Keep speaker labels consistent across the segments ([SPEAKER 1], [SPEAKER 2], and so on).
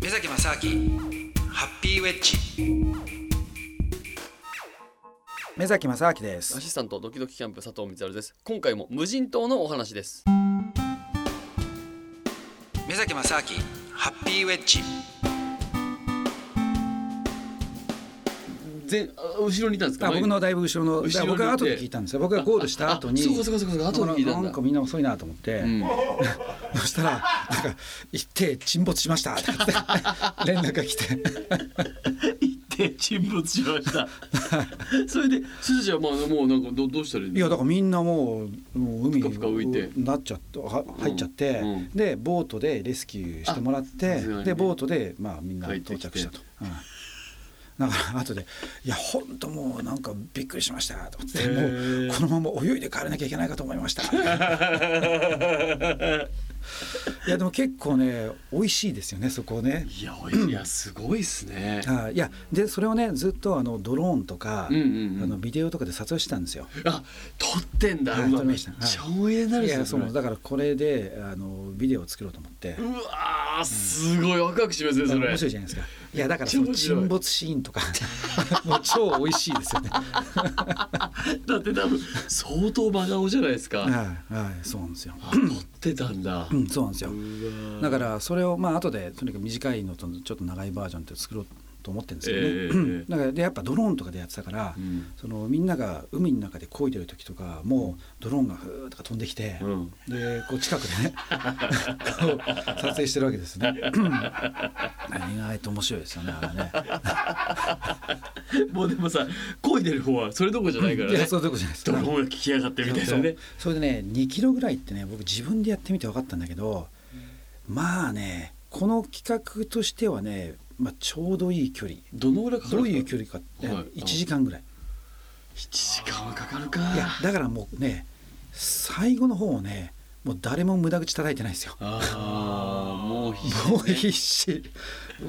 [SPEAKER 1] 目崎正明ハッピーウェッジ目崎正明で
[SPEAKER 2] ア
[SPEAKER 1] す
[SPEAKER 2] シスタントドキドキキャンプ佐藤光です今回も無人島のお話です
[SPEAKER 1] 目崎正明ハッピーウェッジ
[SPEAKER 2] 前あ後ろにいたんですか
[SPEAKER 1] あ僕のだいぶ後ろの
[SPEAKER 2] 後ろに
[SPEAKER 1] だから僕が後で
[SPEAKER 2] いて
[SPEAKER 1] 聞いたんですよ僕がゴールした後に
[SPEAKER 2] ああそうかそうかそうか後で聞いたんだ
[SPEAKER 1] なんかみんな遅いなと思って、
[SPEAKER 2] うん
[SPEAKER 1] そしたらなんか行って沈没しましたとかって連絡が来て
[SPEAKER 2] 行って沈没しました それですずちゃんはまあもうなんかどどうしたらいい
[SPEAKER 1] いやだからみんなもうもう海
[SPEAKER 2] ふかふか浮いて
[SPEAKER 1] になっちゃっては入っちゃって、
[SPEAKER 2] うんうん
[SPEAKER 1] でボートでレスキューしてもらって、
[SPEAKER 2] あさすがにね
[SPEAKER 1] でボートでまあみんな
[SPEAKER 2] 帰って
[SPEAKER 1] 到
[SPEAKER 2] きて
[SPEAKER 1] 着したと。うんだから 後で「いやほんともうなんかびっくりしました」とかって「
[SPEAKER 2] へ
[SPEAKER 1] も
[SPEAKER 2] ー
[SPEAKER 1] うこのまま泳いで帰らなきゃいけないかと思いま した」いやでも結構ね美味しいですよねそこね。
[SPEAKER 2] いやおいいやすごいっすね
[SPEAKER 1] あいやでそれをねずっとあのドローンとか、
[SPEAKER 2] うんうんうん
[SPEAKER 1] あのビデオとかで撮影してたんですよ。
[SPEAKER 2] あ撮ってんだ、
[SPEAKER 1] はいう撮
[SPEAKER 2] わ
[SPEAKER 1] りま
[SPEAKER 2] めっ
[SPEAKER 1] し
[SPEAKER 2] ち
[SPEAKER 1] た
[SPEAKER 2] ゃ思い出にないるっす
[SPEAKER 1] や
[SPEAKER 2] ね
[SPEAKER 1] そう
[SPEAKER 2] これ
[SPEAKER 1] だからこれであのビデオを作ろうと思って。
[SPEAKER 2] うわーすごいワクワクしますねそれ
[SPEAKER 1] 面白いじゃないですか。いやだから
[SPEAKER 2] めっち
[SPEAKER 1] その
[SPEAKER 2] ゃ面白い
[SPEAKER 1] 沈没シーンとか もう超美味しいですよね。は
[SPEAKER 2] だって多分相当真顔じゃないですか、
[SPEAKER 1] いはいそうなんですよ。
[SPEAKER 2] あ撮ってたんだ、
[SPEAKER 1] うんそうなんですよ。
[SPEAKER 2] うわ
[SPEAKER 1] だからそれをまあ後でとにかく短いのとちょっと長いバージョンって作ろうと思ってるんですけどね。
[SPEAKER 2] ええ
[SPEAKER 1] だからでやっぱドローンとかでやってたから、
[SPEAKER 2] うん
[SPEAKER 1] そのみんなが海の中で漕いでる時とかもうドローンがふーっとか飛んできて、
[SPEAKER 2] うん
[SPEAKER 1] でこう近くでねこう撮影してるわけです ね。 意外と面白いですよねあれね。
[SPEAKER 2] もうでもさ漕いでる方はそれどころじゃないから
[SPEAKER 1] い
[SPEAKER 2] ね、
[SPEAKER 1] やそういうとこじゃないです
[SPEAKER 2] ドローンが聞きやがってみたいなね
[SPEAKER 1] そうそうそれでね2キロぐらいってね僕自分でやってみて分かったんだけどまあねこの企画としてはね、まあ、ちょうどいい距離
[SPEAKER 2] どのぐらいかか
[SPEAKER 1] ど
[SPEAKER 2] る
[SPEAKER 1] ういう
[SPEAKER 2] 離
[SPEAKER 1] 距離かって、
[SPEAKER 2] はい
[SPEAKER 1] 1時間ぐらい
[SPEAKER 2] 1時間はかかるか
[SPEAKER 1] いやだからもうね最後の方をねもう誰も無駄口叩いてないですよ
[SPEAKER 2] ああもう必死
[SPEAKER 1] もう必死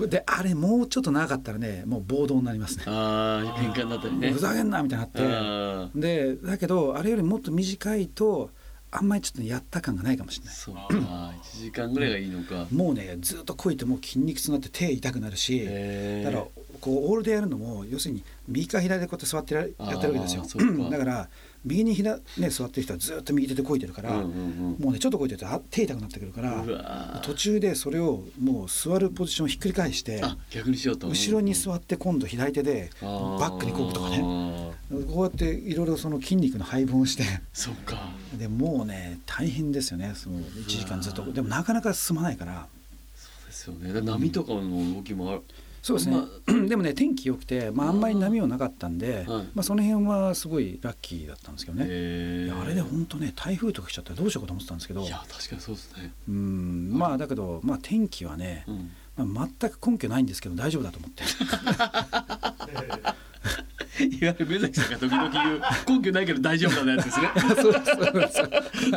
[SPEAKER 1] であれもうちょっと長かったらねもう暴動になりますね
[SPEAKER 2] ああ喧嘩になったりね
[SPEAKER 1] ふざけんなみたいになって
[SPEAKER 2] あ
[SPEAKER 1] でだけどあれよりもっと短いとあんまりちょっとやった感がないかもしれ
[SPEAKER 2] ー
[SPEAKER 1] ない
[SPEAKER 2] そうか1時間ぐらいがいいのか
[SPEAKER 1] もうねずっとこいてもう筋肉痛になって手痛くなるし、
[SPEAKER 2] へー
[SPEAKER 1] だからこうオールでやるのも要するに右か左でこうやって座ってらやってるわけですよ
[SPEAKER 2] あーそうか
[SPEAKER 1] だから右にひら、ね、座ってる人はずっと右手でこいてるから、
[SPEAKER 2] うんうん
[SPEAKER 1] もうねちょっとこいてるとあ手痛くなってくるから
[SPEAKER 2] うんうわー
[SPEAKER 1] 途中でそれをもう座るポジションをひっくり返して
[SPEAKER 2] あ逆にしようと
[SPEAKER 1] 後ろに座って今度左手で
[SPEAKER 2] あ
[SPEAKER 1] バ
[SPEAKER 2] ー
[SPEAKER 1] ックにこぐとかねこうやっていろいろその筋肉の配分をして
[SPEAKER 2] そっか
[SPEAKER 1] でもうね大変ですよねその1時間ずっと
[SPEAKER 2] うわー
[SPEAKER 1] でもなかなか進まないから。
[SPEAKER 2] そうですよねだから波とかの動きもある
[SPEAKER 1] そうですね、
[SPEAKER 2] ま
[SPEAKER 1] でもね天気良くて、まあ、あんまり波はなかったんで、
[SPEAKER 2] はい
[SPEAKER 1] まあ、その辺はすごいラッキーだったんですけどね、
[SPEAKER 2] へ
[SPEAKER 1] い
[SPEAKER 2] ー
[SPEAKER 1] やあれで本当ね台風とか来ちゃったらどうしようかと思ってたんですけど
[SPEAKER 2] いや確かにそうですね
[SPEAKER 1] うんまあだけど、まあ、天気はね
[SPEAKER 2] う、ん
[SPEAKER 1] まあ、全く根拠ないんですけど大丈夫だと思って
[SPEAKER 2] いわゆる目崎さんが時々言う根拠ないけど大丈夫だなやつですね
[SPEAKER 1] そうそうです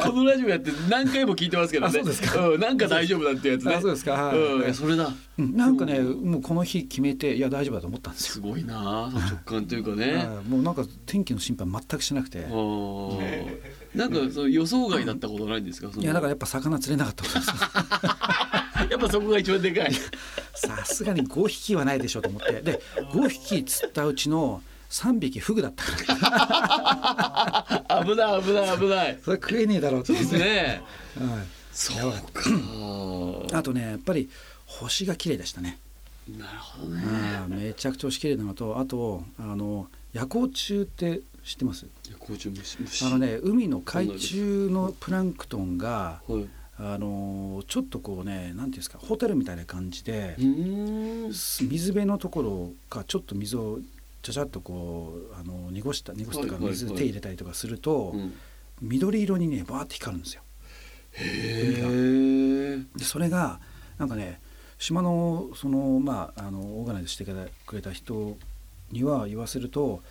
[SPEAKER 2] このラジオやって何回も聞いてますけどね
[SPEAKER 1] あそうです
[SPEAKER 2] か、ん、なんか大丈夫だってやつね
[SPEAKER 1] あそうですかはい
[SPEAKER 2] うんいやそれだ
[SPEAKER 1] うんなんかねもうこの日決めていや大丈夫だと思ったんです
[SPEAKER 2] す
[SPEAKER 1] よ
[SPEAKER 2] ごいなあその直感というかね
[SPEAKER 1] あもうなんか天気の心配全くしなくて
[SPEAKER 2] あーなんかその予想外だったことないんですかその
[SPEAKER 1] いやだからやっぱ魚釣れなかったこと です
[SPEAKER 2] やっぱそこが一番で かい
[SPEAKER 1] さすがに5匹はないでしょうと思ってで5匹釣ったうちの3匹フグだったから
[SPEAKER 2] 危ない危ない危ない
[SPEAKER 1] それ食えねえだろうって
[SPEAKER 2] そう
[SPEAKER 1] 言って、
[SPEAKER 2] ですね
[SPEAKER 1] はい
[SPEAKER 2] そうか
[SPEAKER 1] あとねやっぱり星が綺麗でしたね、
[SPEAKER 2] なるほどね
[SPEAKER 1] うんめちゃくちゃ星綺麗なのとあとあの夜光虫って知ってます
[SPEAKER 2] いや校長虫虫
[SPEAKER 1] あのね海の海中のプランクトンが
[SPEAKER 2] はい
[SPEAKER 1] あのちょっとこうねなんていうんですかホタルみたいな感じで
[SPEAKER 2] うーん
[SPEAKER 1] 水辺のところかちょっと水をちゃちゃっとこうあの濁した濁すとか
[SPEAKER 2] はいはい
[SPEAKER 1] 水
[SPEAKER 2] はい
[SPEAKER 1] 手入れたりとかすると、
[SPEAKER 2] うん
[SPEAKER 1] 緑色にねバーって光るんですよ
[SPEAKER 2] へえ
[SPEAKER 1] でそれがなんかね島のそのまああのオーガナイズしてくれた人には言わせると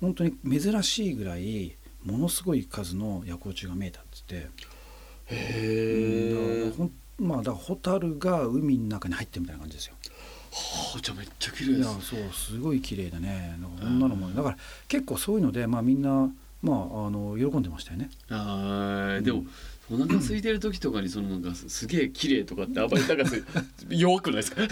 [SPEAKER 1] 本当に珍しいぐらいものすごい数の夜光虫が見えたっつって、うんだか
[SPEAKER 2] へえ
[SPEAKER 1] らほんまあだからホタルが海の中に入ってるみたいな感じですよ
[SPEAKER 2] はあじゃあめっちゃ綺
[SPEAKER 1] い
[SPEAKER 2] 麗で
[SPEAKER 1] や
[SPEAKER 2] す
[SPEAKER 1] そうすごい綺麗でねなんかこんなのもだから 結構そういうのでまあみんなまああの喜んでましたよね
[SPEAKER 2] あーでもお腹空いてる時とかにそのなんかすすげえ綺麗とかってあんまりなんか す弱くないですか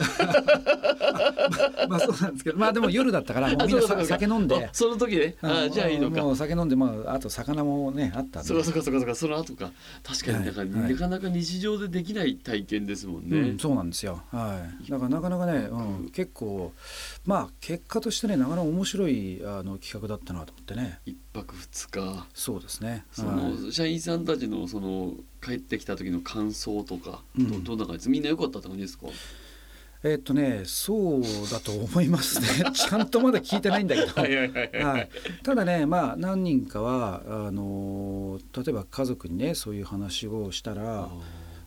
[SPEAKER 1] まあそうなんですけどまあでも夜だったからもうみんな
[SPEAKER 2] あそ
[SPEAKER 1] さ
[SPEAKER 2] うかそうか
[SPEAKER 1] 酒飲んで
[SPEAKER 2] あその時ねあ
[SPEAKER 1] の
[SPEAKER 2] じゃあいいのか
[SPEAKER 1] もう酒飲んでまああと魚もねあったんで
[SPEAKER 2] そうかそうかそうかそうかその後か確かになんか、
[SPEAKER 1] はい
[SPEAKER 2] なかなか日常でできない体験ですもんね、
[SPEAKER 1] うん、そうなんですよ、はい、だからなかなかね、うん、結構まあ結果としてねなかなか面白いあの企画だったなと思ってね
[SPEAKER 2] 一泊二日
[SPEAKER 1] そうですね
[SPEAKER 2] そ
[SPEAKER 1] はい
[SPEAKER 2] の社員さんたちのその帰ってきた時の感想とか、
[SPEAKER 1] うん
[SPEAKER 2] どどんな感じですみんな良かったって感じですか
[SPEAKER 1] えっとねそうだと思いますね ちゃんとまだ聞いてないんだけど、
[SPEAKER 2] はいはいはいはい
[SPEAKER 1] はい、ただねまあ何人かはあの例えば家族にねそういう話をしたら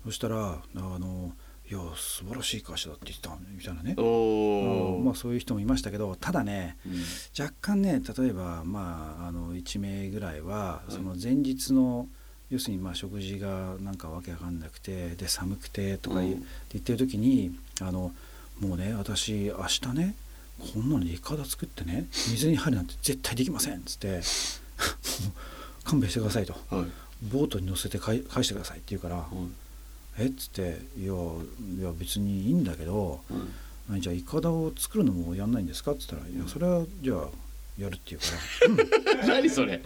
[SPEAKER 1] そしたら「あのいや素晴らしい会社だって言ってたのね」みたいなね
[SPEAKER 2] お
[SPEAKER 1] う
[SPEAKER 2] お、
[SPEAKER 1] んまあ、そういう人もいましたけどただね
[SPEAKER 2] うん
[SPEAKER 1] 若干ね例えば、まあ、あの1名ぐらいは、
[SPEAKER 2] い
[SPEAKER 1] その前日の要するにまあ食事がなんかわけわかんなくてで寒くてとか言,、
[SPEAKER 2] うん
[SPEAKER 1] 言ってる時にあのもうね私明日ねこんなのイカダ作ってね水に入るなんて絶対できませんっつって もう勘弁してくださいと
[SPEAKER 2] はい
[SPEAKER 1] ボートに乗せて返返してくださいって言うから
[SPEAKER 2] はい
[SPEAKER 1] 「えっ?」つって「いやいや別にいいんだけど
[SPEAKER 2] はい
[SPEAKER 1] 何じゃあイカダを作るのもやんないんですか?」っつったら「いやそれはじゃあやる」って言うから。
[SPEAKER 2] 何それ、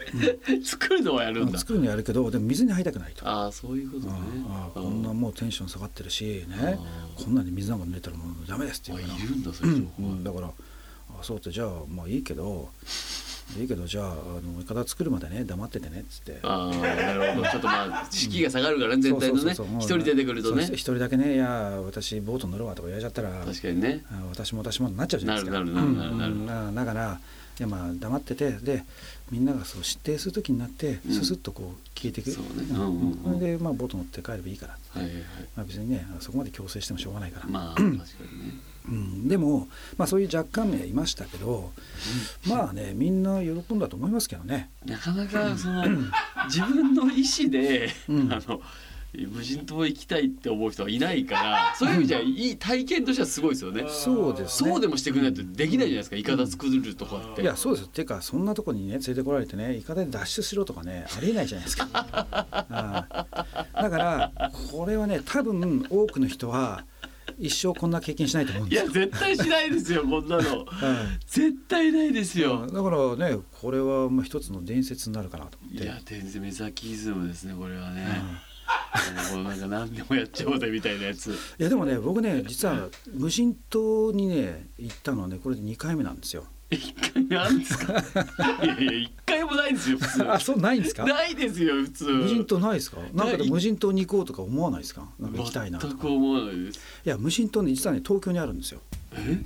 [SPEAKER 2] 作るのはやるん
[SPEAKER 1] まあ
[SPEAKER 2] だ
[SPEAKER 1] 作るのやるけどでも水に入りたくないと。
[SPEAKER 2] ああそういうことね
[SPEAKER 1] ああ
[SPEAKER 2] あ
[SPEAKER 1] こんなもうテンション下がってるしね
[SPEAKER 2] あ
[SPEAKER 1] こんなんで水なんか濡れたらもうダメですって
[SPEAKER 2] あ
[SPEAKER 1] 言
[SPEAKER 2] いう
[SPEAKER 1] から
[SPEAKER 2] るんだそういう人、
[SPEAKER 1] う
[SPEAKER 2] はい
[SPEAKER 1] ん、だからあそうってじゃあまあいいけどいいけどじゃああのイカダ作るまでね黙っててねっつって
[SPEAKER 2] ああなるほどちょっとまあ士気が下がるからね全体の
[SPEAKER 1] そ
[SPEAKER 2] ね
[SPEAKER 1] うそうそうそうもう
[SPEAKER 2] 一人出てくるとね
[SPEAKER 1] そう一人だけねいや私ボート乗るわとか言われちゃったら
[SPEAKER 2] 確かにね
[SPEAKER 1] あ私も私もなっちゃうじゃないですか。
[SPEAKER 2] なるなるなるなる
[SPEAKER 1] うんうんだからいやまあ黙っててでみんながそう指定する時になって
[SPEAKER 2] うん
[SPEAKER 1] ススッとこう消えていく、
[SPEAKER 2] そうねうんうんうん
[SPEAKER 1] それでまあボート乗って帰ればいいから、
[SPEAKER 2] はいはいはい
[SPEAKER 1] まあ、別にねそこまで強制してもしょうがないから、
[SPEAKER 2] まあ確かにね
[SPEAKER 1] うん、でも、まあ、そういう若干名いましたけど、まあねみんな喜んだと思いますけどね。
[SPEAKER 2] なかなかその自分の意思で、
[SPEAKER 1] うん
[SPEAKER 2] あの無人島行きたいって思う人はいないからそういう意味じゃいい体験としてはすごいですよね。
[SPEAKER 1] そうですね
[SPEAKER 2] そうでもしてくれないとできないじゃないですか、イカダ作るとかって。
[SPEAKER 1] いやそうですよていうかそんなとこにね連れてこられてねイカダで脱出しろとかねありえないじゃないです かはいだからこれはね多分多くの人は一生こんな経験しないと思うん
[SPEAKER 2] い
[SPEAKER 1] です
[SPEAKER 2] や
[SPEAKER 1] よ、
[SPEAKER 2] 絶対しないですよこんな
[SPEAKER 1] は
[SPEAKER 2] の絶対ないですよ
[SPEAKER 1] い、だからねこれはもう一つの伝説になるかなと思っ
[SPEAKER 2] い
[SPEAKER 1] て
[SPEAKER 2] や天然目先イズムですねこれはね
[SPEAKER 1] うん
[SPEAKER 2] もうなんか何でもやっちゃおうぜみたいなやつ
[SPEAKER 1] いやでもね僕ね実は無人島にね行ったのはねこれで2回目なんですよ
[SPEAKER 2] 一回目あるんです かいやいや一回もないですよ普通
[SPEAKER 1] あそうないんですか
[SPEAKER 2] ないですよ普通
[SPEAKER 1] 無人島ないですかなんかで
[SPEAKER 2] ない
[SPEAKER 1] 無人島に行こうとか思わないですかなんか行きたいなと
[SPEAKER 2] 全
[SPEAKER 1] か
[SPEAKER 2] く思わないです
[SPEAKER 1] いや無人島ね実はね東京にあるんですよ
[SPEAKER 2] え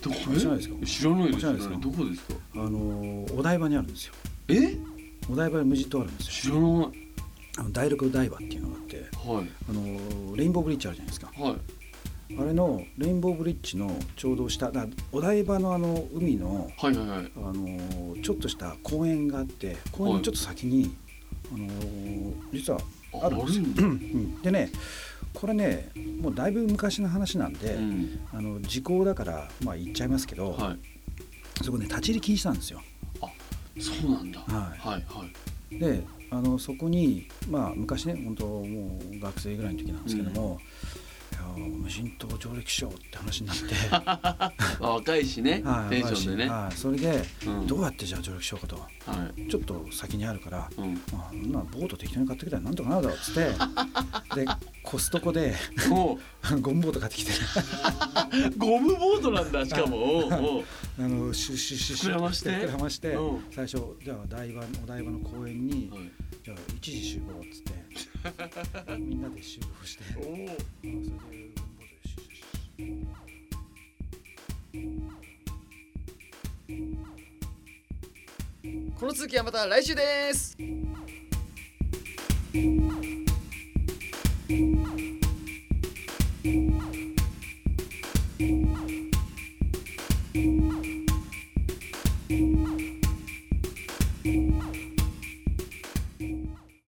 [SPEAKER 2] どこ
[SPEAKER 1] 知らないですか
[SPEAKER 2] 知らないです
[SPEAKER 1] 知らないですか
[SPEAKER 2] どこですか
[SPEAKER 1] あのお台場にあるんですよ
[SPEAKER 2] え
[SPEAKER 1] お台場に無人島あるんですよ
[SPEAKER 2] 知らないは
[SPEAKER 1] あの第六台場っていうのがあってあのレインボーブリッジあるじゃないですか
[SPEAKER 2] いはい
[SPEAKER 1] あれのレインボーブリッジのちょうど下だからお台場のあの海の
[SPEAKER 2] はいはいはい
[SPEAKER 1] あのちょっとした公園があって公園のちょっと先に、あの実はあるんですよ
[SPEAKER 2] ああるんだ
[SPEAKER 1] うんうんでねこれねもうだいぶ昔の話なんで、
[SPEAKER 2] うん
[SPEAKER 1] あの時効だからまあ言っちゃいますけど、
[SPEAKER 2] は
[SPEAKER 1] そこね立ち入り禁止なんですよ
[SPEAKER 2] いそうなんだ
[SPEAKER 1] はい
[SPEAKER 2] はいはい
[SPEAKER 1] であのそこに、まあ、昔ね本当もう学生ぐらいの時なんですけども、いやー無人島上陸しようって話になって
[SPEAKER 2] あ若いしね
[SPEAKER 1] はい
[SPEAKER 2] テンションでね
[SPEAKER 1] はいそれで、
[SPEAKER 2] うん
[SPEAKER 1] どうやってじゃあ上陸しようかと
[SPEAKER 2] はい
[SPEAKER 1] ちょっと先にあるから、
[SPEAKER 2] うん
[SPEAKER 1] まあ、そんなボート適当に買ってきたらなんとかなるだろうっつって でコストコで
[SPEAKER 2] も
[SPEAKER 1] ゴムボート買ってきて
[SPEAKER 2] うゴムボートなんだしかもおうおう
[SPEAKER 1] あのシュッシュッシュッシュッ
[SPEAKER 2] 膨らまして
[SPEAKER 1] 膨らまして、
[SPEAKER 2] うん
[SPEAKER 1] 最初じゃあ台場お台場の公園に、
[SPEAKER 2] はい
[SPEAKER 1] じゃあ一時集合っつって みんなで集合して。
[SPEAKER 2] おう
[SPEAKER 3] この続きはまた来週です